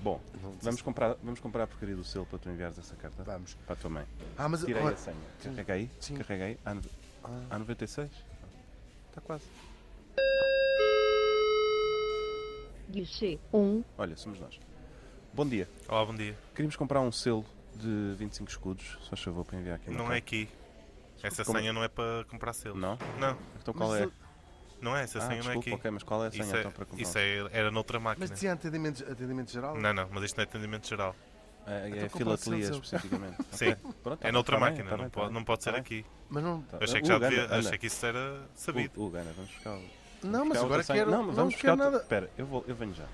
Bom, vamos comprar, vamos comprar a porcaria do selo para tu enviares essa carta? Vamos. Para a tua mãe. Ah, mas Tirei olha, a senha. Carrega aí. Sim. Carrega aí. A, no- Ah. a 96. Está quase. Guichê 1, Olha, somos nós. Bom dia. Olá, Tá bom dia. Queríamos comprar um selo de 25 escudos. Só favor para enviar aqui. uma Não é carta. aqui. Essa Então Como- senha não é para comprar selo. Não? Não, Então qual Mas é? eu- não é. Essa Ah, senha não é desculpa, aqui. ok, mas qual é a senha isso então para é, comprar? isso é- era noutra máquina. Mas dizia atendimento, atendimento geral? Não, não, mas isto não é atendimento geral. É, é Então comprar o selo filatelia dele. especificamente. Sim. Ok, pronto, tá é bem, noutra tá bem, máquina, tá não, bem, tá pode, bem. não pode ser Tá bem. aqui. Mas não. Tá. Eu achei que Uh, já Ana, devia, Ana. achei que isso era sabido. Uh, uh, Ana, vamos buscar. o- Não, mas buscar outra agora senha. quero. Não, mas vamos quero buscar. nada. Espera, eu, vou, eu venho já.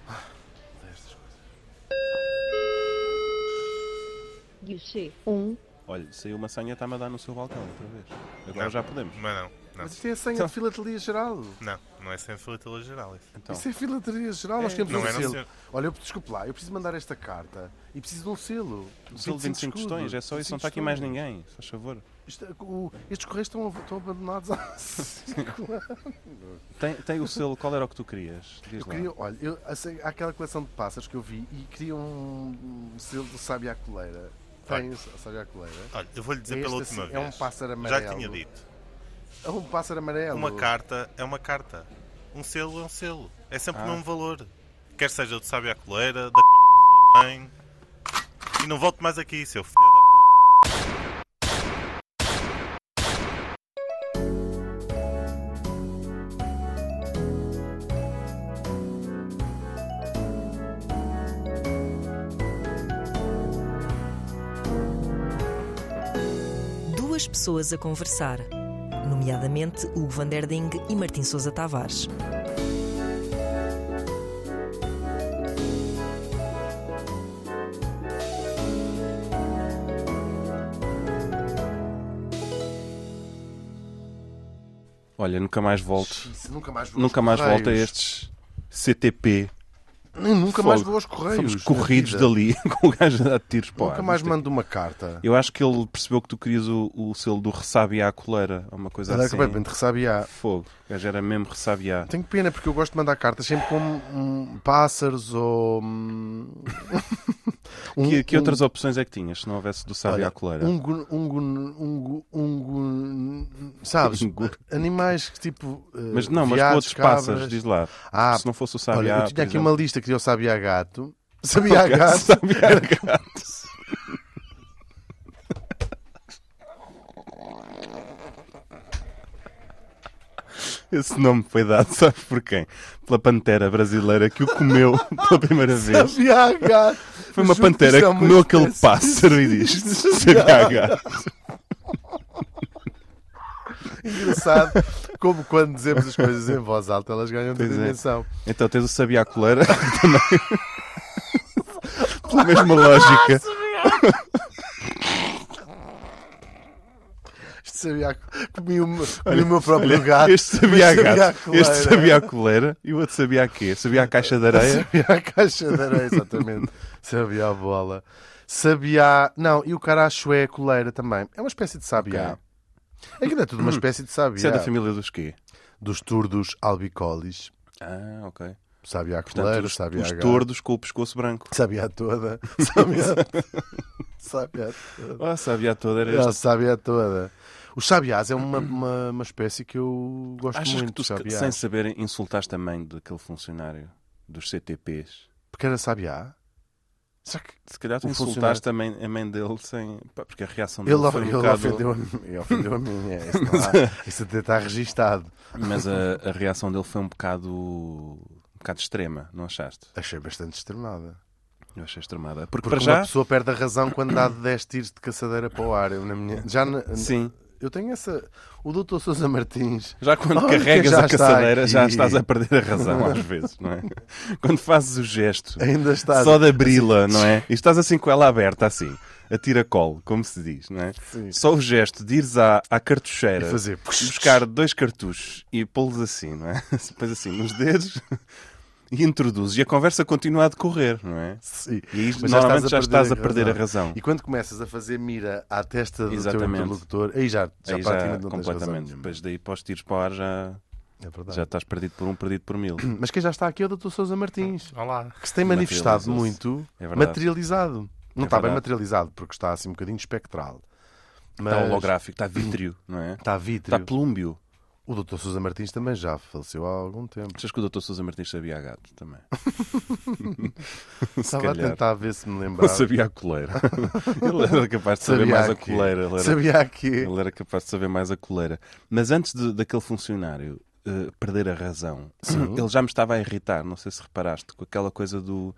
Guichê 1, Olha, saiu uma senha, está-me a dar no seu balcão outra vez. Agora Não. já podemos. Mas não, não. Mas isto é a senha Então- de filatelia geral. Não, não é sem filatelia geral. Isso. Então, Isso é filatelia geral. Nós queremos Não um é, não, selo. senhor. Olha, eu, desculpe lá, eu preciso mandar esta carta e preciso de um selo. o selo de 25 questões, é só isso, não está aqui mais ninguém. ninguém. Se faz favor. Isto- é o- estes correios estão, estão abandonados há cinco anos. Tem, tem o selo, qual era o que tu querias? Diz Eu lá. queria, olha, eu, assim, há aquela coleção de pássaros que eu vi e queria um, um selo do sábio à coleira. Tem o sábio à coleira? Olha, eu vou-lhe dizer Este, pela última assim, é vez. um pássaro Já amarelo. tinha dito. É um pássaro amarelo. Uma carta é uma carta. Um selo é um selo. É sempre Ah. o mesmo valor. Quer seja do sábio à coleira, da c... da sua mãe. E não volto mais aqui, seu filho da puta. Duas pessoas a conversar, nomeadamente Hugo van der Ding e Martim Sousa Tavares. Olha, nunca mais volto. Isso, nunca mais vou Nunca aos mais volto a correios. estes CTP. Nem, nunca mais Fogo. vou aos correios. Fomos na corridos vida. dali com o gajo a dar tiros para o Nunca ar. mais Isto é- mando uma carta. Eu acho que ele percebeu que tu querias o, o selo do ressábia à coleira, ou uma coisa Ela é assim. completamente ressabiá. Fogo. O gajo era mesmo ressabiá. Tenho pena porque eu gosto de mandar cartas sempre com hum, pássaros ou. hum, um- Que, que um- outras opções é que tinhas se não houvesse do sábio à coleira? Um gun, um gun, um gun, um gun, sabes? Um gun. Animais que tipo. eh, Mas não, mas com veados, outros cabras. passas, diz lá. Ah, se não fosse o olha, sábio eu tinha aqui uma lista que dizia o sabiá gato. Sabiá gato. Esse nome foi dado, sabes por quem? Pela pantera brasileira que o comeu pela primeira vez. Sabiá gato. Foi uma Juro pantera isso é que uma comeu aquele espécie. pássaro e diz: Sabia gato. Engraçado como quando dizemos as coisas em voz alta elas ganham outra Pois é. dimensão. Então tens o sabia à coleira que também. Pela mesma lógica. Isto sabia. Comi o, meu- comi o meu próprio gato. Este sabia a mas gato. à coleira. Este sabia a coleira e o outro sabia a quê? Sabia a caixa de areia? Sabia a caixa de areia, exatamente. Sabia a bola. Sabia. Não, e o carachué a coleira também. É uma espécie de sabiá. Aquilo é tudo uma espécie de Isso é sabiá. da família dos quê? Dos turdos albicolis. Ah, ok. Sabiá a coleira, Portanto, os, sabiá os gato. tordos com o pescoço branco. Sabiá toda. Sabiá. sabiá toda. Ah, sabia toda era É, este. sabiá toda. Os sabiás é uma, uma, uma espécie que eu gosto Achas que muito. tu, se- sabiás. sem saber, insultaste a mãe daquele funcionário dos CTPs? Porque era sabiá? Será que Se calhar tu O insultaste a mãe, a mãe dele sem. pá, Porque a reação dele Ele, foi um ele bocado. ofendeu a mim. Ele ofendeu a mim. É, isso, não há- isso até está registado. Mas a, a reação dele foi um bocado. um bocado extrema, não achaste? Achei bastante extremada. Eu achei extremada. Porque, Porque para uma já. pessoa perde a razão quando dá 10 tiros de caçadeira para o ar. Eu, na minha- já na- Sim. eu tenho essa. O doutor Sousa Martins. Já quando Olha, carregas já a está caçadeira já aqui. estás a perder a razão às vezes, não é? Quando fazes o gesto Ainda está. assim, só de abri-la, não é? E estás assim com ela aberta, assim, a tiracolo, como se diz, não é? Sim. Só o gesto de ires à, à cartucheira E fazer pux. buscar dois cartuchos e pô-los assim, não é? Depois assim nos dedos e introduzes e a conversa continua a decorrer, não é? Sim. E aí, Mas normalmente já estás a perder a razão. E quando começas a fazer mira à testa do Exatamente. teu interlocutor, aí já, já Aí já praticamente não tens razão. completamente. nenhuma. Depois daí para os tiros para o ar já, É verdade. Já estás perdido por um, perdido por mil. Mas quem já está aqui é o Dr. Sousa Martins, Olá. que se tem manifestado Materializou-se. muito É verdade. materializado. Não É está bem verdade. materializado, porque está assim um bocadinho espectral. Mas Está holográfico, está vítreo, não é? Está vítreo. Está plúmbio. O Dr. Sousa Martins também já faleceu há algum tempo. Achas que o Dr. Sousa Martins sabia a gato também? Se Estava a calhar. tentar ver se me lembrava. Não sabia a coleira. Ele era capaz de saber Sabia mais a quê? coleira. Ele era, Sabia a quê? ele era capaz de saber mais a coleira. Mas antes de- daquele funcionário eh, perder a razão, ele já me estava a irritar, não sei se reparaste, com aquela coisa do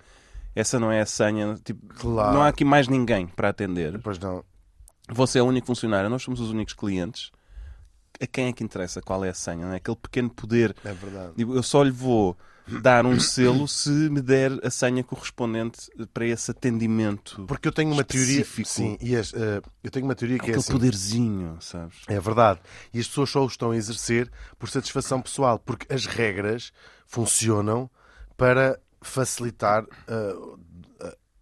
essa não é a senha, tipo, Claro. não há aqui mais ninguém para atender. Pois não. Você é o único funcionário, nós somos os únicos clientes. A quem é que interessa qual é a senha? Não é? Aquele pequeno poder É verdade. Digo, eu só lhe vou dar um selo se me der a senha correspondente para esse atendimento. Porque eu tenho uma teoria. Específico. Sim, e as, eh, eu tenho uma teoria que é Aquele assim. poderzinho, sabes? É verdade. E as pessoas só o estão a exercer por satisfação pessoal, porque as regras funcionam para facilitar ah,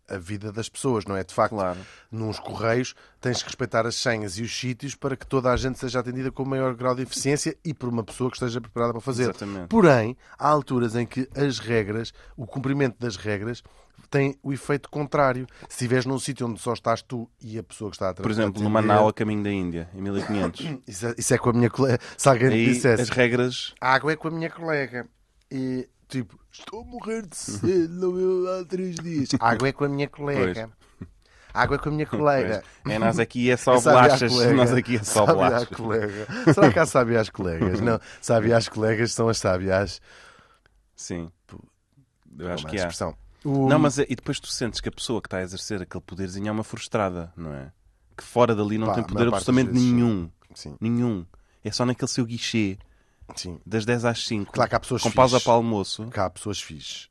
a, a vida das pessoas, não é? De facto, Claro. nos correios tens que respeitar as senhas e os sítios para que toda a gente seja atendida com o maior grau de eficiência e por uma pessoa que esteja preparada para fazer. Exatamente. Porém, há alturas em que as regras, o cumprimento das regras, tem o efeito contrário. Se estiveres num sítio onde só estás tu e a pessoa que está a tra- Por exemplo, no atender, Manaus, a caminho da Índia, em 1500. isso é, isso é com a minha colega. Se alguém te Aí dissesse, as regras. a água é com a minha colega. E tipo, estou a morrer de sede, não bebo há três dias. A água é com a minha colega. A água é com a minha colega. Pois, É, nós aqui é só Sabe à bolachas. colega. Nós aqui é só Sabe à bolachas. colega. Será que há sabe às colegas? Não, sabe às colegas são as sabe às. Sim. Eu acho Como é um- a que há. expressão. Não, mas é- e depois tu sentes que a pessoa que está a exercer aquele poderzinho é uma frustrada, não é? Que fora dali não Pá, tem a poder maior parte das absolutamente vezes, sim. nenhum. Sim, Nenhum. É só naquele seu guichê. sim. das 10 às 5. Claro que há pessoas com pausa fixes. para almoço. Cá há pessoas fixes.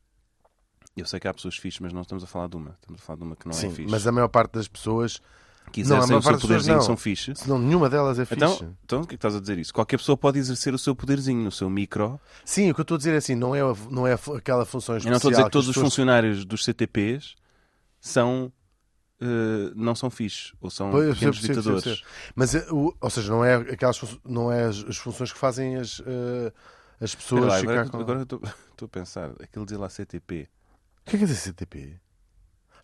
Eu sei que há pessoas fixes, mas não estamos a falar de uma. Estamos a falar de uma que não é Sim, fixe. mas a maior parte das pessoas, que não, a exercem maior o seu parte das pessoas poderzinho não. são fixes. se não nenhuma delas é fixe. Então, então, o que é que estás a dizer isso? Qualquer pessoa pode exercer o seu poderzinho no seu micro. Sim, o que eu estou a dizer é assim, não é, a- não é a fu- aquela função Eu especial. não estou a dizer que as todos os pessoas- funcionários dos CTPs são. eh, não são fixes ou são Pois, eu percebo, pequenos percebo, percebo, ditadores. percebo. Mas, eh, o- ou seja, não é, aquelas, fun- não é as, as funções que fazem as, eh, as Espera pessoas lá, ficar agora com... agora eu estou estou a pensar, aquilo dizia lá CTP, O que é que é dizer CTP?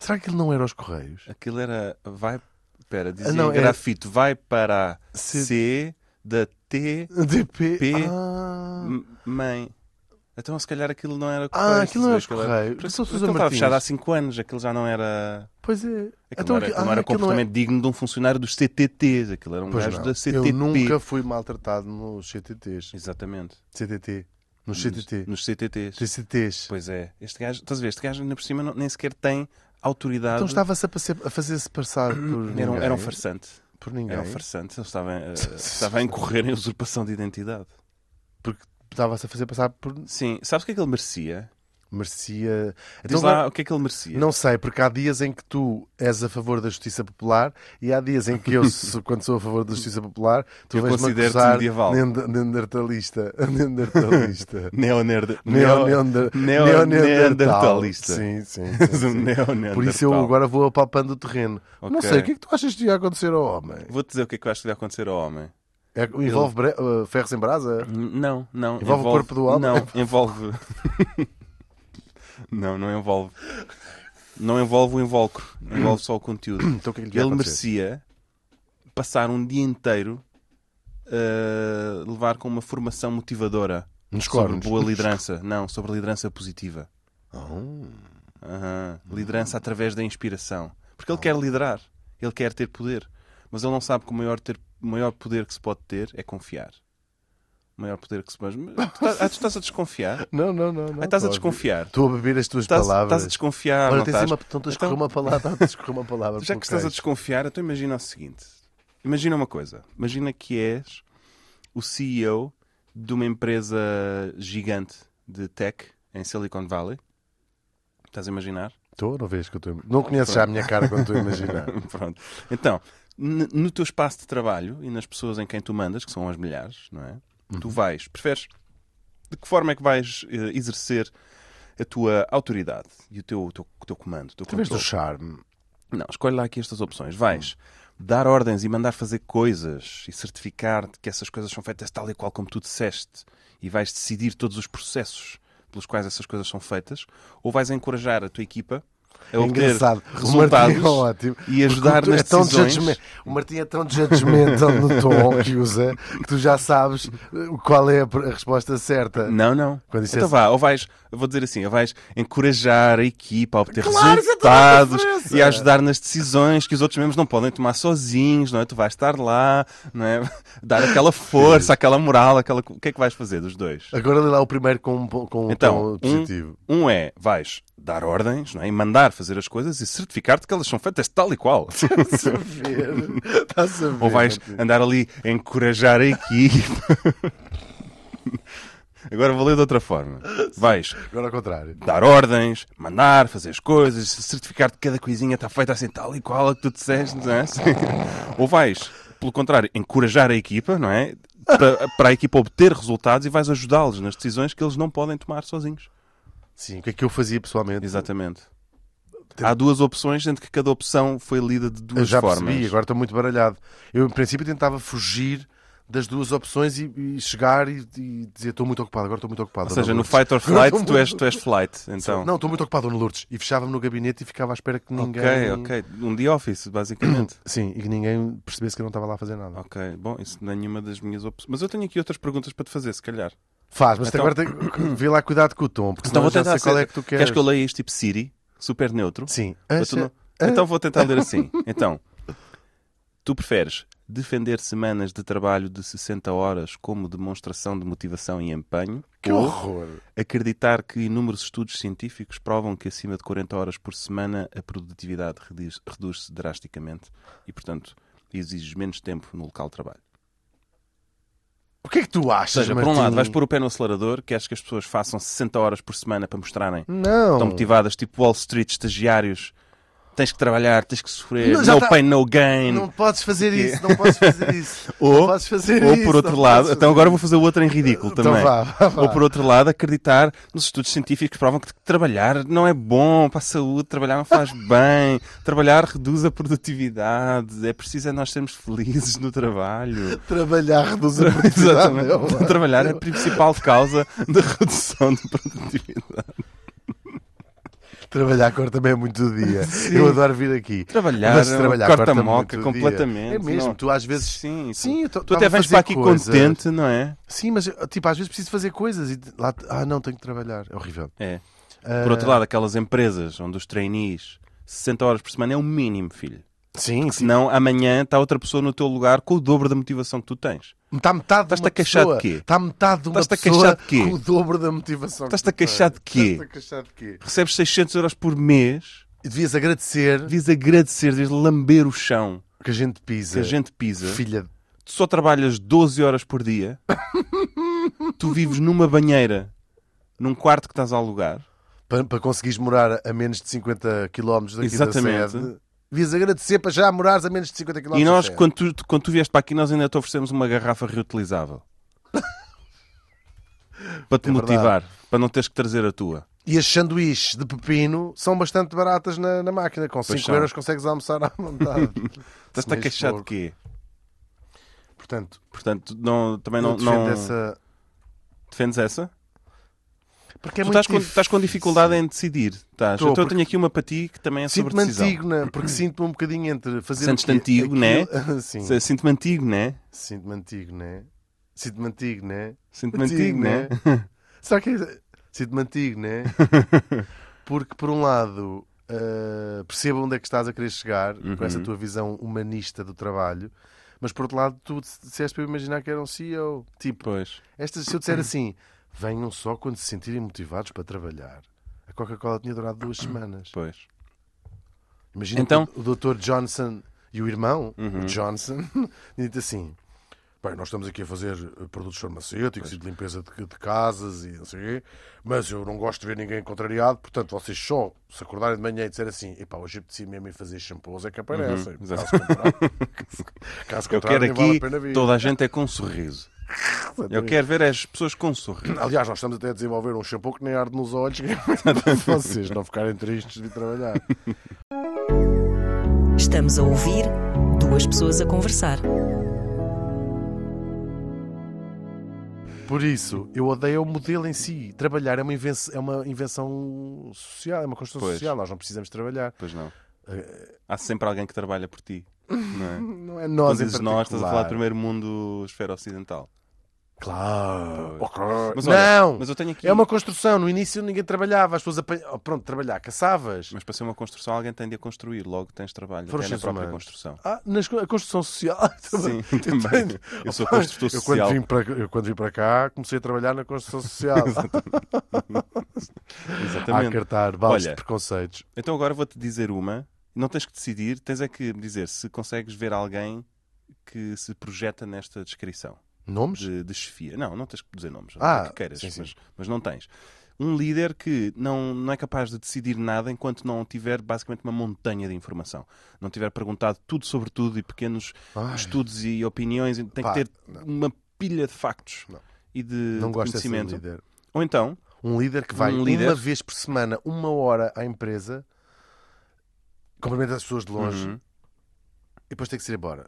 Será que ele não era os Correios? aquilo era vai, espera, dizia não, em é- grafito, vai para a C- C da T DP? P. Ah, M- Mãe. Então, se calhar aquilo não era Ah, aquilo não era estás a ver? correio. Porque Sou aquilo Sousa estava Martins. fechado há 5 anos, aquilo já não era. pois é. Aquilo não era, aqui- aquilo não era ah, aquilo não é- comportamento digno de um funcionário dos CTTs, aquilo era um Pois gajo não. da CTT. Eu nunca fui maltratado nos CTTs. Exatamente. CTT. Nos Nos- CTT. Nos CTTs. CTTs. Pois é. Este gajo, estás a ver, este gajo ainda por cima não- nem sequer tem autoridade. Então estava-se a, passe- a fazer-se passar por era, um, ninguém. era um farsante. Por ninguém. Era um farsante. Ele estava, eh, estava a incorrer em usurpação de identidade. Porque estava-se a fazer passar por Sim. Sabes o que é que ele merecia? merecia. Diz Então, lá agora- o que é que ele merecia. Não sei, porque há dias em que tu és a favor da justiça popular e há dias em que eu, se- quando sou a favor da justiça popular, tu Eu vais-me considero-te acusar medieval. neand- neandertalista. Neandertalista. Neonerd... neo- Neo- neander- neo- neo- neandertal. neandertalista. Sim, sim. És sim, um sim. neo-neandertal. Por isso eu agora vou apalpando o terreno. Não Ok. sei, o que é que tu achas que ia acontecer ao homem? Vou-te dizer o que é que eu acho que vai acontecer ao homem. É, envolve bre- uh, ferros em brasa? N- Não, não. Envolve o corpo do homem? Não, envolve... não, não envolve. Não envolve o invólucro. Envolve só o conteúdo. Então o que é que lhe ia Ele acontecer? merecia passar um dia inteiro a levar com uma formação motivadora. Nos sobre cornos. boa liderança. Não, sobre liderança positiva. Aham. Liderança através da inspiração. Porque ele quer liderar, ele quer ter poder. Mas ele não sabe que o maior, ter- o maior poder que se pode ter é confiar. O maior poder que se pode. Mas tu tá- Ah, tu estás a desconfiar? Não, não, não. não Ah, estás a tô desconfiar? Estou a beber as tuas Estás, palavras. estás a desconfiar? Olha, não tens estás? uma, então, tens Então, uma palavra, tens correr uma palavra. Já pelo que estás a queixo. desconfiar, então imagina o seguinte: imagina uma coisa. Imagina que és o CEO de uma empresa gigante de tech em Silicon Valley. Estás a imaginar? Estou, não vês que eu estou. Não conheces já a minha cara quando estou a imaginar. Pronto. Então, n- no teu espaço de trabalho e nas pessoas em quem tu mandas, que são as milhares, não é? Uhum. Tu vais, preferes. De que forma é que vais eh, exercer a tua autoridade e o teu, o teu, o teu comando? o teu Através do controle? charme. Não, escolhe lá aqui estas opções. Vais Hum. dar ordens e mandar fazer coisas e certificar que essas coisas são feitas tal e qual como tu disseste e vais decidir todos os processos pelos quais essas coisas são feitas, ou vais encorajar a tua equipa a É obter engraçado. O Martim resultados é ótimo. e Porque ajudar tu- nas é tão decisões. judgme- O Martim é tão judgmental no tom que usa que tu já sabes eh, qual é a pr- a resposta certa. Não, não. Quando isso é então assim- vá, ou vais, eu vou dizer assim, ou vais encorajar a equipa a obter Claro, isso é toda a resultados diferença. e a ajudar nas decisões que os outros membros não podem tomar sozinhos, não é? Tu vais estar lá, não é? Dar aquela força, aquela moral, aquela... o que é que vais fazer dos dois? Agora lê lá o primeiro com, um po- com um Então, tom positivo. um, um é, vais dar ordens, não é? E mandar fazer as coisas e certificar-te que elas são feitas tal e qual. Estás Tá a ver? Estás Tá a ver? Ou vais Martim? andar ali a encorajar a equipa. Agora vou ler de outra forma. Vais Agora ao contrário. dar ordens, mandar, fazer as coisas, certificar que cada coisinha está feita assim tal e qual a que tu disseste, não é? Assim. Ou vais, pelo contrário, encorajar a equipa, não é? Para, para a equipa obter resultados e vais ajudá-los nas decisões que eles não podem tomar sozinhos. Sim, o que é que eu fazia pessoalmente? Exatamente. Há duas opções, sendo que cada opção foi lida de duas Eu já formas. percebi, agora estou muito baralhado. Eu, em princípio, tentava fugir das duas opções e, e chegar e, e dizer estou muito ocupado, agora estou muito ocupado. Ou Dona seja, no Lourdes." fight or Agora estou flight, tu muito- és, tu és flight, então. Não, estou muito ocupado, Dona Lourdes. E fechava-me no gabinete e ficava à espera que ninguém... ok, ok. Um The Office, basicamente. Sim, e que ninguém percebesse que eu não estava lá a fazer nada. ok, bom, isso não é nenhuma das minhas opções. Mas eu tenho aqui outras perguntas para te fazer, se calhar. Faz, mas Então- agora tem... vê lá cuidado com o tom, porque Então vou senão eu já tentar sei qual ser- é que tu queres. Queres que eu leia isto tipo Siri? Super neutro? Sim. é- Para tu Acha- não- Então vou tentar ler assim. Então, tu preferes defender semanas de trabalho de 60 horas como demonstração de motivação e empenho? Que ou horror. acreditar que inúmeros estudos científicos provam que acima de 40 horas por semana a produtividade reduz- reduz-se drasticamente e, portanto, exiges menos tempo no local de trabalho? O que é que tu Ou achas, seja, por um lado, Martim? vais pôr o pé no acelerador, queres que as pessoas façam 60 horas por semana para mostrarem Não. estão motivadas, tipo Wall Street, estagiários. Tens que trabalhar, tens que sofrer, Não, já no tá- pain, no gain. Não podes fazer isso, não podes fazer isso. não Ou, podes fazer ou isso, por outro não lado, podes então fazer agora vou fazer o outro em ridículo Então também. vá, vá, vá. Ou por outro lado, acreditar nos estudos científicos que provam que trabalhar não é bom para a saúde, trabalhar não faz bem, trabalhar reduz a produtividade, é preciso é nós sermos felizes no trabalho. Trabalhar reduz a produtividade. Exatamente. Trabalhar é a principal causa da redução de produtividade. Trabalhar corta-me é muito do dia. Eu adoro vir aqui. Trabalhar Mas é um trabalhar corta-moca muito do dia. completamente, É mesmo, não. tu às vezes. Sim, tu- sim eu to- Tu tava até a vens fazer para aqui coisas. contente, não é? Sim, mas tipo, às vezes preciso fazer coisas e lá. Ah, não, tenho que trabalhar. É horrível. É. Ah, Por outro lado, aquelas empresas onde os trainees 60 horas por semana é o mínimo, filho. Sim, sim. Senão amanhã está outra pessoa no teu lugar com o dobro da motivação que tu tens. Está Tá metade de Estás-te uma a queixar de pessoa. quê? Está metade de uma Estás-te a queixar pessoa de quê? com o dobro da motivação. que Estás-te a tu tens. queixar de quê? Então, Estás-te a queixar de quê? Recebes 600 euros por mês, E devias agradecer devias agradecer, devias lamber o chão que a gente que pisa. a gente pisa. Filha de- Tu só trabalhas 12 horas por dia. tu vives numa banheira, num quarto que estás a alugar. para, para conseguires morar a menos de 50 km daqui da Exatamente. sede, devias agradecer para já morares a menos de 50 km E nós, da sede. quando tu, quando tu vieste para aqui, nós ainda te oferecemos uma garrafa reutilizável. para te É verdade. motivar, para não teres que trazer a tua. E as sanduíches de pepino são bastante baratas na, na máquina. Com 5 são. euros consegues almoçar à vontade. Estás-te a Mas queixar Então de pouco. quê? Portanto, Portanto, não, também não, não, eu defendo não- essa... defendes essa? Porque é tu muito estás com, estás com difícil. dificuldade em decidir. Estás. Estou, então eu porque tenho aqui uma para ti que também é sobre Sinto-me decisão. antigo, né? porque sinto-me um bocadinho entre fazer Sentes-te aqui- antigo, né? aquilo- Sim. Se- Sinto-me antigo, né? Sinto-me antigo, né? Sinto-me antigo, né? Sinto-me antigo, né? Será que é- Sinto-me antigo, né? Porque, por um lado, uh, percebo onde é que estás a querer chegar com Uhum. essa tua visão humanista do trabalho, mas, por outro lado, tu disseste para eu imaginar que era um CEO. Tipo, Pois. estas, se eu disser assim, venham só quando se sentirem motivados para trabalhar. A Coca-Cola tinha durado duas semanas. Pois. Imagina Então- Uhum. que o o Dr. Johnson e o irmão, o Johnson, dito assim: Bem, nós estamos aqui a fazer eh, produtos farmacêuticos e de limpeza de, de casas e não sei o quê, mas eu não gosto de ver ninguém contrariado, portanto vocês só se acordarem de manhã e disserem assim: Epá, hoje apeteci mesmo em fazer shampoos é que aparecem. Uhum, exato. Caso contrário, caso Eu contrário, quero nem vale aqui, a pena vir. toda a gente é com um sorriso. Eu quero ver as pessoas com um sorriso. Aliás, nós estamos até a desenvolver um shampoo que nem arde nos olhos, que é para vocês não ficarem tristes de vir trabalhar. Estamos a ouvir Duas pessoas a conversar. Por isso, eu odeio o modelo em si. Trabalhar é uma, inven- é uma invenção social, é uma construção Pois. social. Nós não precisamos trabalhar. Pois não. Eh, Há sempre alguém que trabalha por ti. Não é? Não é Quando nós em dizes nós, estás a falar de particular. primeiro mundo, esfera ocidental. Claro. Pois. Ok. Mas olha, não! mas eu tenho aqui- É uma construção. No início ninguém trabalhava. As pessoas apanha- oh, Pronto, trabalhar. Caçavas. Mas para ser uma construção, alguém tem de a construir. Logo tens trabalho. Foram Até na seres própria humanos. construção. Ah, nas... co- a construção social. Sim, também. Eu sou construtor Eu quando, social. vim para, eu quando vim para cá comecei a trabalhar na construção social. a Exatamente. cartar balas Olha. de preconceitos. Então agora vou-te dizer uma. Não tens que decidir, tens é que me dizer se consegues ver alguém que se projeta nesta descrição Nomes? de, de chefia. Não, não tens que dizer nomes, Ah, não é que queiras, sim, sim. Mas, mas não tens. Um líder que não, não é capaz de decidir nada enquanto não tiver basicamente uma montanha de informação. Não tiver perguntado tudo sobre tudo e pequenos Ai. estudos e opiniões. Tem Pá, que ter uma pilha de factos e de, Não de gosto desse conhecimento. líder. Ou então, Um líder que vai Um líder. uma vez por semana, uma hora à empresa, cumprimenta as pessoas de longe Uhum. e depois tem que se ir embora.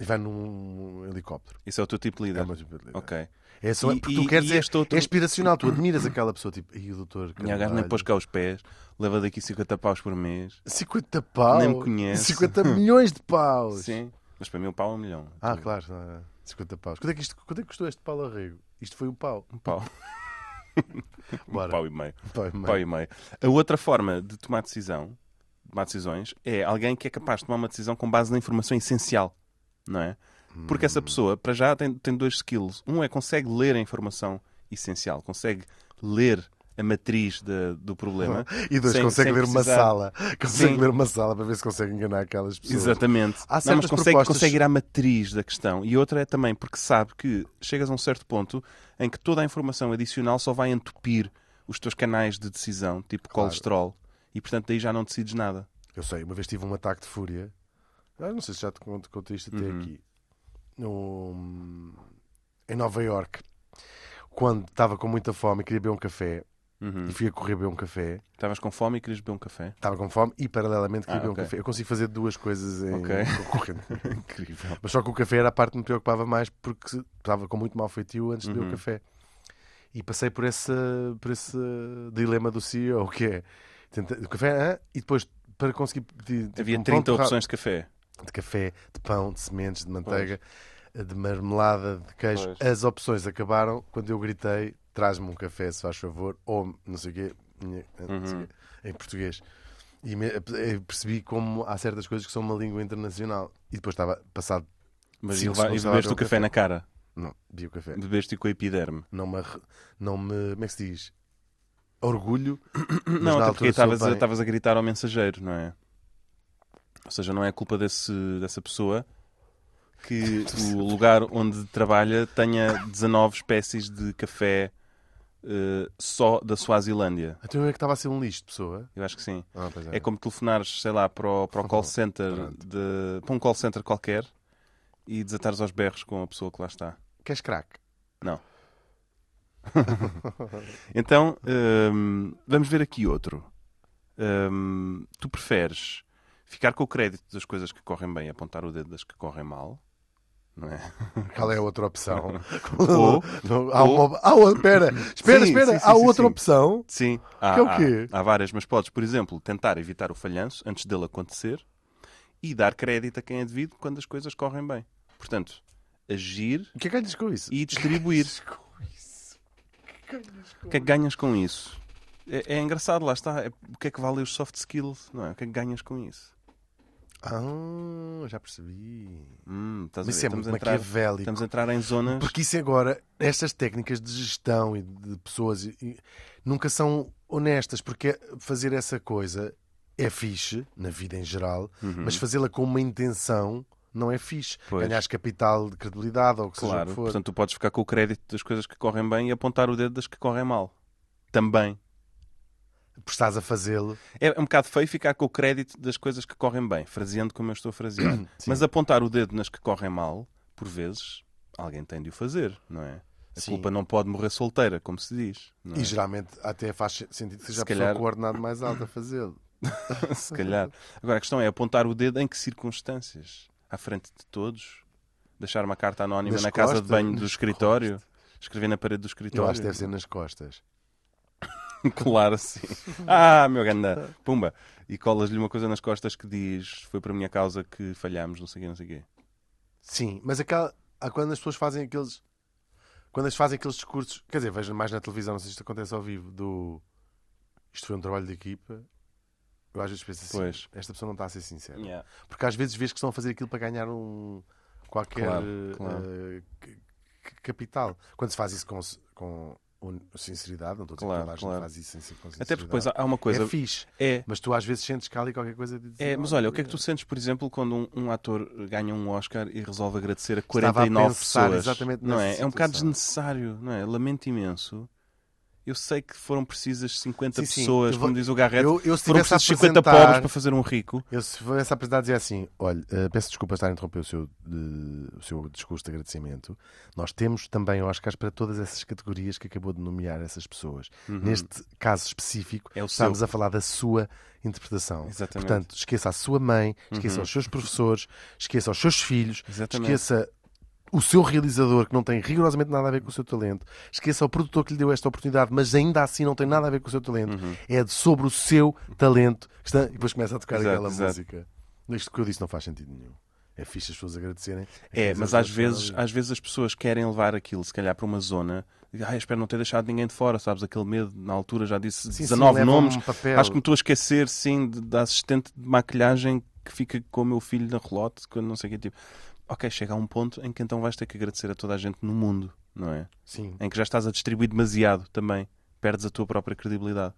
E vai num helicóptero. esse é o teu tipo de líder. É o meu tipo de líder. Ok. É só, E- porque e- tu queres e é, este outro- é inspiracional, tu admiras aquela pessoa, tipo, e o doutor. Minha gaja nem Carvalho, pôs cá os pés, leva daqui 50 paus por mês. 50 pau. Nem me conhece. 50 milhões de paus. Sim. Mas para mim o pau é um milhão. Ah, claro. não é? 50 paus. Quanto é que, isto, quanto é que custou este pau ao rego? Isto foi um pau. Um pau. Bora. Um pau e meio. Pau e meio. Pau e meio. A outra forma de tomar decisão, tomar decisões, é alguém que é capaz de tomar uma decisão com base na informação essencial, não é? Porque Hum. essa pessoa, para já, tem, tem dois skills. Um é consegue ler a informação essencial, consegue ler a matriz da- do problema. E dois, sem- consegue sem ler precisar- uma sala. Consegue Sim. ler uma sala para ver se consegue enganar aquelas pessoas. Exatamente. Há não, certas mas consegue, propostas- consegue ir à matriz da questão. E outra é também porque sabe que chegas a um certo ponto em que toda a informação adicional só vai entupir os teus canais de decisão, tipo colesterol, e portanto daí já não decides nada. Eu sei, uma vez tive um ataque de fúria. Ah, não sei se já te conto, contei isto Uhum. até aqui. No- Em Nova York, quando estava com muita fome e queria beber um café, Uhum. e Hum. fui a correr beber um café, Estavas com fome e querias beber um café? estava com fome e paralelamente queria Ah, beber ok. um café. Eu consigo fazer duas coisas em Ok. correndo. Incrível. Mas só que o café era a parte que me preocupava mais porque estava com muito mau feitio antes de Uhum. beber o café. E passei por esse, por esse dilema do CEO, que é tenta- o café hã? e depois para conseguir pedir tipo, Havia um 30 pão torrado- opções de café. de café, de pão, de sementes, de manteiga, de marmelada, de queijo. Pois. As opções acabaram quando eu gritei: traz-me um café, se faz favor, ou não sei o quê, minha- eh, não Uhum. sei o quê", em português. E me- eh, percebi como há certas coisas que são uma língua internacional. E depois estava passado. Mas Sim, e, leva- se não e estava a bebeste beber o café na cara. Não, vi o café. Bebeste com a epiderme. Não me, arre- não me. Como é que se diz? Orgulho. mas não, na até porque altura soube estavas a, bem. estavas a gritar ao mensageiro, não é? Ou seja, não é culpa desse, dessa pessoa que o lugar onde trabalha tenha 19 espécies de café eh, só da Suazilândia. Então eu é que estava a ser um lixo de pessoa. Eu acho que sim. Ah, pois É como telefonares, sei lá, para o, para o call center de, para um call center qualquer e desatares aos berros com a pessoa que lá está. Queres crack? Não. então, hum, vamos ver aqui outro. Hum, tu preferes ficar com o crédito das coisas que correm bem e apontar o dedo das que correm mal? Não é? Qual é a outra opção? Ou- Não, há uma. Há outra, espera, espera, Sim, espera. sim, sim, há sim, outra sim. opção. Sim. Há, Que é o há- quê? Há, várias, mas podes, por exemplo, tentar evitar o falhanço antes dele acontecer e dar crédito a quem é devido quando as coisas correm bem. Portanto, agir O que é que ganhas com isso? e distribuir. O que é que ganhas com isso? É, é engraçado, lá está. É- o que é que valem os soft skills? Não é? O que é que ganhas com isso? Ah, já percebi. Hum, estás Mas a ver? isso é estamos, muito a entrar, maquiavélico. Uhum. estamos a entrar em zonas. Porque isso é agora, estas técnicas de gestão e de pessoas e- e nunca são honestas, porque fazer essa coisa é fixe, na vida em geral, Uhum. mas fazê-la com uma intenção não é fixe. Pois. Ganhas capital de credibilidade ou o que seja o Claro, que for. portanto, tu podes ficar com o crédito das coisas que correm bem e apontar o dedo das que correm mal. Também. Por estás a fazê-lo. É um bocado feio ficar com o crédito das coisas que correm bem, fraseando como eu estou a frasear. Mas apontar o dedo nas que correm mal, por vezes, alguém tem de o fazer, não é? A Sim. culpa não pode morrer solteira, como se diz. não é? E geralmente até faz sentido que seja a Se pessoa calhar- com o ordenado mais alto a fazê-lo. se calhar. Agora a questão é apontar o dedo em que circunstâncias. à frente de todos, deixar uma carta anónima Nas na casa costas, de banho nas do escritório, escrever na parede do Eu escritório, acho que deve ser nas costas. colar assim. Ah, meu ganda, pumba! E colas-lhe uma coisa nas costas que diz: Foi por minha causa que falhámos, não sei o quê, não sei o quê. Sim, mas aquela, a- quando as pessoas fazem aqueles. Quando as fazem aqueles discursos. Quer dizer, vejo mais na televisão, não sei se isto acontece ao vivo, do. Isto foi um trabalho de equipa. Eu às vezes penso assim, Pois. esta pessoa não está a ser sincera. Porque às vezes vês que estão a fazer aquilo para ganhar um qualquer Claro, eh, claro. eh, c- c- capital. Quando se faz isso com, com un- sinceridade, não estou a dizer Claro, que toda a gente claro. faz isso sem ser com sinceridade. Até porque depois há- há uma coisa. É fixe, É, mas tu às vezes sentes que há ali qualquer coisa de dizer, É, mas olha, o que é que tu sentes, por exemplo, quando um, um ator ganha um Oscar e resolve agradecer a Estava a 49 pensar pessoas? exatamente não nessa é? É um bocado situação. desnecessário, não é? Lamento imenso. Eu sei que foram precisas 50 Sim, sim, pessoas, eu vou- como diz o Garrett, eu- eu se foram tivesse a precisas 50 apresentar- pobres para fazer um rico. Eu se fosse a precisar dizer assim, olha, eh, peço desculpa estar a interromper o seu, eh, o seu discurso de agradecimento. Nós temos também Oscars para todas essas categorias que acabou de nomear essas pessoas. Neste caso específico, Uhum. É o estamos seu. a falar da sua interpretação. Exatamente. Uhum. Portanto, esqueça a sua mãe, esqueça os seus professores, esqueça os seus filhos, Exatamente. esqueça o seu realizador que não tem rigorosamente nada a ver com o seu talento, esqueça o produtor que lhe deu esta oportunidade, mas ainda assim não tem nada a ver com o seu talento, Uhum. é de- sobre o seu talento que está... e depois começa a tocar Exato, aquela exato. música. Isto que eu disse não faz sentido nenhum. É fixe as pessoas agradecerem. É, fixe as mas pessoas às vezes, estarem ali. às vezes as pessoas querem levar aquilo, se calhar, para uma zona. Ah, espero não ter deixado ninguém de fora, sabes? Aquele medo, na altura já disse sim, 19 levam um nomes. papel. Acho que me estou a esquecer, sim, de- da assistente de maquilhagem que fica com o meu filho na relote, quando não sei o que tipo. Ok, chega a um ponto em que então vais ter que agradecer a toda a gente no mundo, não é? Sim. Em que já estás a distribuir demasiado também. Perdes a tua própria credibilidade.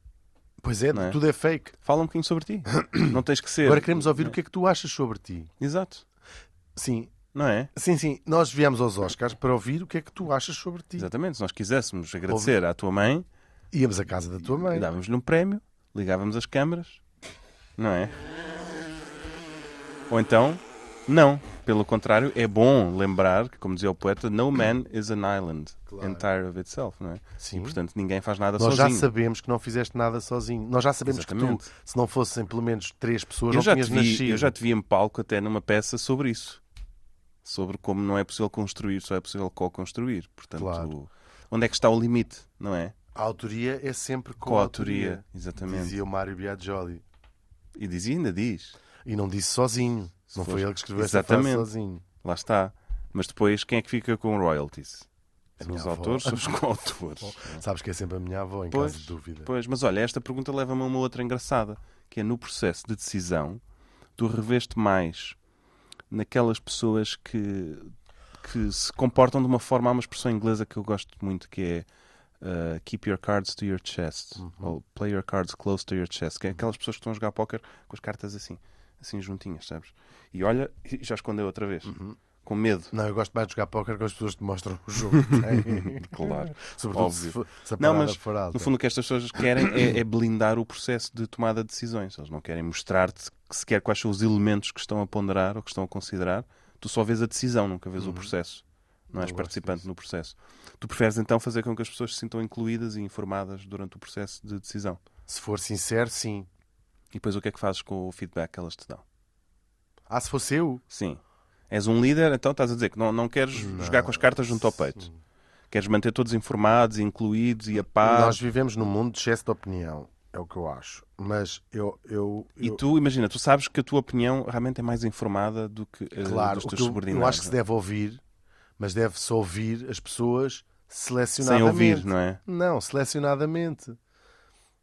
Pois é, Não é? tudo é fake. Fala um bocadinho sobre ti. Não tens que ser. Agora queremos ouvir o que é que tu achas sobre ti. Exato. Sim, Não é? sim, sim. Nós viemos aos Oscars para ouvir o que é que tu achas sobre ti. Exatamente. Se nós quiséssemos agradecer à tua mãe, Íamos à casa da tua mãe. dávamos-lhe um prémio, ligávamos as câmaras, não é? Ou então, não. Pelo contrário, é bom lembrar que, como dizia o poeta, no man is an island entire of itself, não é? Sim. E, portanto, ninguém faz nada Nós sozinho. já sabemos que não fizeste nada sozinho. Nós já sabemos que Exatamente. tu, se não fossem pelo menos três pessoas, eu, não já tinhas te nascido. vi, eu já te vi em palco até numa peça sobre isso. Sobre como não é possível construir, só é possível co-construir. Portanto, Claro. onde é que está o limite, não é? A autoria é sempre com, Com a a autoria. autoria, exatamente. Dizia o Mário Biagioli. E dizia, ainda diz. E não disse sozinho. não for- foi ele que escreveu essa Exatamente. frase sozinho. Lá está. Mas depois, quem é que fica com royalties? São minha os avó. autores, são os coautores. Sabes que é sempre a minha avó, em Pois, caso de dúvida. pois, mas olha, esta pergunta leva-me a uma outra engraçada, que é no processo de decisão, tu reveste mais naquelas pessoas que, que se comportam de uma forma, há uma expressão inglesa que eu gosto muito, que é uh, keep your cards to your chest, Uhum. ou play your cards close to your chest, que é aquelas pessoas que estão a jogar póquer com as cartas assim, assim juntinhas, sabes? E olha, e já escondeu outra vez, Uhum. com medo. Não, eu gosto mais de jogar póquer quando as pessoas te mostram o jogo. que têm. Claro, Sobretudo óbvio. se, for, se a Não, parada mas for alta. no fundo o que estas pessoas querem é, é blindar o processo de tomada de decisões. Eles não querem mostrar-te que sequer quais são os elementos que estão a ponderar ou que estão a considerar. Tu só vês a decisão, nunca vês o processo. Não és participante no processo. Tu preferes então fazer com que as pessoas se sintam incluídas e informadas durante o processo de decisão. Se for sincero, sim. E depois o que é que fazes com o feedback que elas te dão? Ah, se fosse eu. Sim. És um líder, então estás a dizer que não, não queres jogar com as cartas junto ao peito. Queres manter todos informados, e incluídos e a par. Nós vivemos num mundo de excesso de opinião. É o que eu acho. Mas eu. eu, E eu- tu, imagina, tu sabes que a tua opinião realmente é mais informada do que a claro, dos o teus que eu, subordinados. é? eu acho que se deve ouvir, mas deve-se ouvir as pessoas Sem selecionadamente. ouvir, não é? Não, selecionadamente.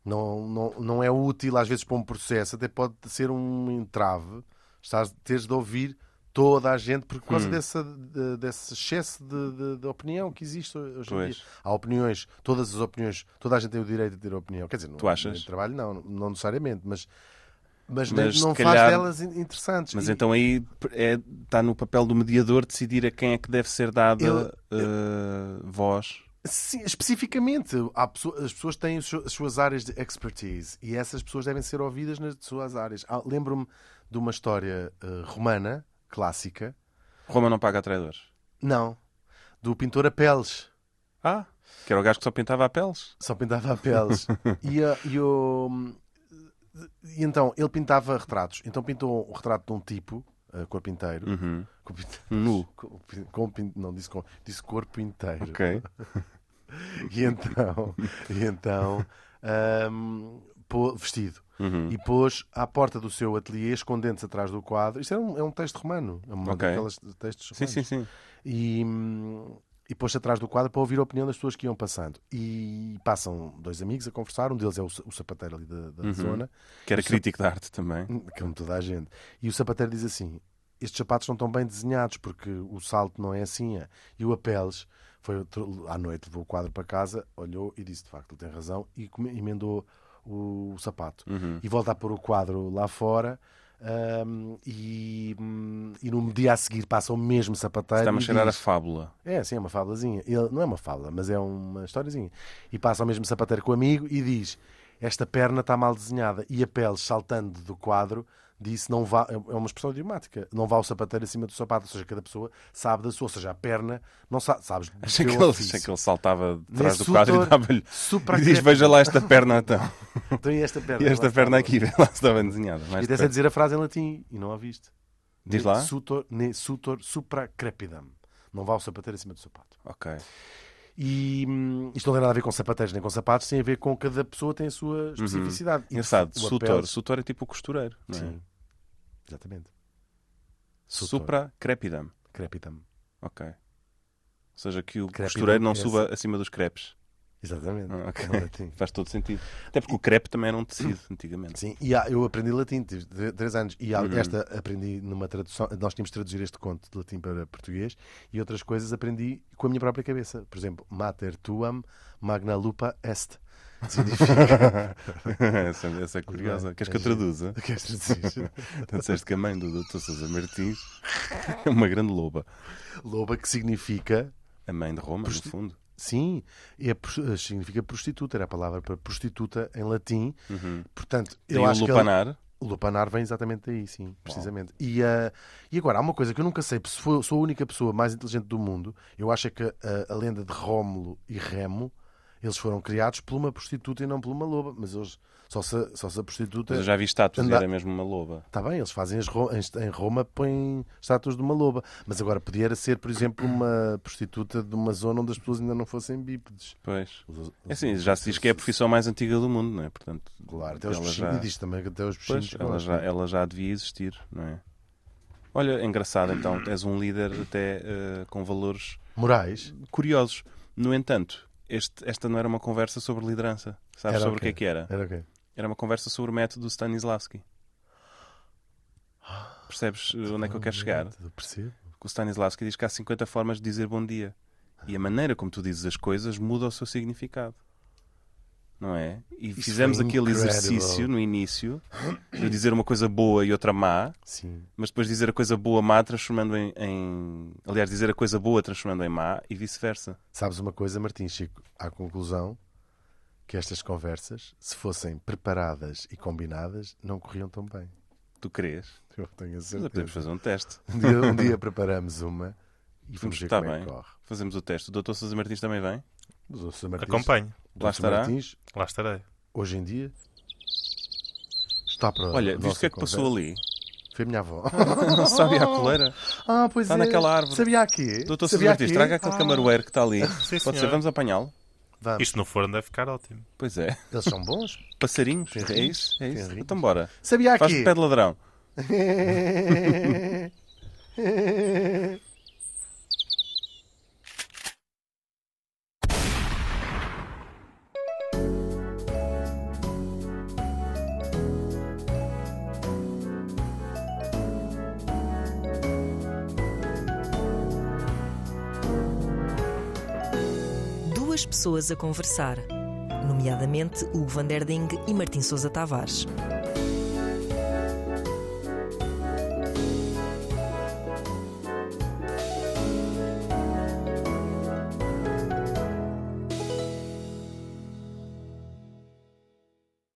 Não, não, não é útil às vezes para um processo, até pode ser um entrave. Estás, teres de ouvir toda a gente por Hum. causa dessa, de- desse excesso de, de- de opinião que existe hoje em Pois. dia. Há opiniões, todas as opiniões, toda a gente tem o direito de ter opinião. Quer dizer, no, Tu achas? no trabalho não, não necessariamente, mas, mas, Mas, não se faz calhar- delas in- interessantes. Mas E- então aí é- está no papel do mediador decidir a quem é que deve ser dada Eu- eh, voz. Sim, especificamente. Há pesso- as pessoas têm os seu- as suas áreas de expertise e essas pessoas devem ser ouvidas nas suas áreas. Ah, Lembro-me de uma história eh, romana, clássica, Roma não paga traidores. não, do pintor a peles. Ah, que era o gajo que só pintava a peles. Só pintava a peles. e, a- e o- e então, ele pintava retratos. Então pintou o retrato de um tipo, eh, corpo inteiro. Uhum. Com pinte- Um nu. com pin- com pin- não, disse, com, disse corpo inteiro. Ok. E então, e então ahm, pô- vestido. Uhum. E pôs à porta do seu ateliê, escondendo-se atrás do quadro. Isto é um, é um texto romano. É um Ok. daqueles textos Sim, romanos. sim, sim. E, hum, e pôs-se atrás do quadro para ouvir a opinião das pessoas que iam passando. E passam dois amigos a conversar. Um deles é o, sa- o sapateiro ali da, Uhum. da zona. Que era Isso- crítico de arte também. Como toda a gente. E o sapateiro diz assim: estes sapatos não estão bem desenhados porque o salto não é assim. é." E o Apeles foi outro- à noite, levou o quadro para casa, olhou e disse: de facto, ele tem razão, e come- emendou o sapato. Uhum. E volta a pôr o quadro lá fora. hum, e, hum, e no dia a seguir passa o mesmo sapateiro. Está-me a e cheirar a diz, fábula. é, sim, é uma fábulazinha. Ele, não é uma fábula, mas é uma historiazinha. E passa ao mesmo sapateiro com o amigo e diz: Esta perna está mal desenhada. E a pele, saltando do quadro, disse: Não vá. É uma expressão idiomática. Não vá o sapateiro acima do sapato. Ou seja, cada pessoa sabe da sua. Ou seja, a perna, não sabe. Sabes? do Achei teu que, ele, ofício. achei que ele saltava de trás do Nesse quadro autor, e dava-lhe. supra- E diz: Veja lá esta perna então. Então, e esta perna? E esta Lá perna está. aqui, vê lá se estava desenhada. E Mais até sei perto. dizer a frase em latim e não a viste. Diz lá. Ne Sutor, ne sutor supra crepidam. Não vá o sapateiro acima do sapato. Ok. E hum, isto não tem nada a ver com sapateiros nem com sapatos, tem a ver com cada pessoa tem a sua especificidade. E Uhum. Engraçado. o Sutor. Apeles- Sutor é tipo costureiro. não é? Sim. Exatamente. Sutor. Supra crepidam. Crepitam. Ok. Ou seja, que o Crepidam costureiro não é suba acima dos crepes. Exatamente. Ah, ok. É um latim. Faz todo sentido. Até porque o crepe também era um tecido antigamente. Sim, e há- eu aprendi latim, tive tre- três anos, e há- Uhum. esta aprendi numa tradução. Nós tínhamos de traduzir este conto de latim para português e outras coisas aprendi com a minha própria cabeça. Por exemplo, mater tuam magna lupa est. Significa. essa, essa é curiosa. bem, Queres que é eu giro. traduza? Queres traduzir? Tu disseste que a mãe do Dr. Sousa Martins é uma grande loba. Loba, que significa A mãe de Roma, no Prosti- fundo. Sim, e é pros- eh, significa prostituta, era a palavra para prostituta em latim. Portanto, eu Uhum. e acho o que ele- lupanar. lupanar vem exatamente daí, sim, precisamente. E, ah, e agora, há uma coisa que eu nunca sei, se for- sou a única pessoa mais inteligente do mundo, eu acho é que ah, a, lenda de Rómulo e Remo, eles foram criados por uma prostituta e não por uma loba, mas eles só se, só se a prostituta... Mas eu já vi estátuas e Anda- era mesmo uma loba. Está bem, eles fazem as ro- em- em Roma, põem estátuas de uma loba. Mas agora podia era ser, por exemplo, uma prostituta de uma zona onde as pessoas ainda não fossem bípedes. Pois. Os- os- É assim, já se diz que é a profissão mais antiga do mundo, não é? Portanto, Claro, até os ela bichinhos, já- e diz também que até os bichinhos Pois, ela já, gostam. ela já devia existir, não é? Olha, é engraçado então, és um líder até eh, com valores Morais, curiosos. No entanto, este- esta não era uma conversa sobre liderança. Sabes Era o sobre o que quê? é que era? era o quê? Era uma conversa sobre o método Stanislavski. Percebes eh, onde é que eu quero chegar? Eu percebo. Que o Stanislavski diz que há 50 formas de dizer bom dia. E a maneira como tu dizes as coisas muda o seu significado. Não é? E fizemos foi aquele incredible. exercício no início de eu dizer uma coisa boa e outra má, Sim. mas depois dizer a coisa boa má transformando em. em- Aliás, dizer a coisa boa transformando em má e vice-versa. Sabes uma coisa, Martim Chico? À conclusão que estas conversas, se fossem preparadas e combinadas, não corriam tão bem. Tu crês? Eu tenho a Mas podemos certeza. fazer um teste. Um dia, um dia preparamos uma e vamos Vamos ver está como é tá bem. que corre. Fazemos o teste. O Dr. Sousa Martins também vem? Mas o Sr. Martins, Acompanho. o Sr. Lá estará. Martins, Lá estarei. hoje em dia, está para Olha, a viste o que é que nossa passou ali? conversa. Foi a minha avó. Não sabe a coleira. Ah, pois Está é. naquela árvore. Sabia aqui. Doutor Sousa Sabia Martins, aqui? traga aquele camaroeiro que está ali. Sim, Pode ser, senhora. vamos apanhá-lo? Ah, Vamos. Isto no forno deve ficar ótimo. Pois é. Eles são bons. Passarinhos? Tem é rins, isso? É tem isso? rins. Então bora. Sabia Faz de Tá aqui. pé de ladrão. Duas pessoas a conversar, nomeadamente Hugo Van der Ding e Martim Sousa Tavares.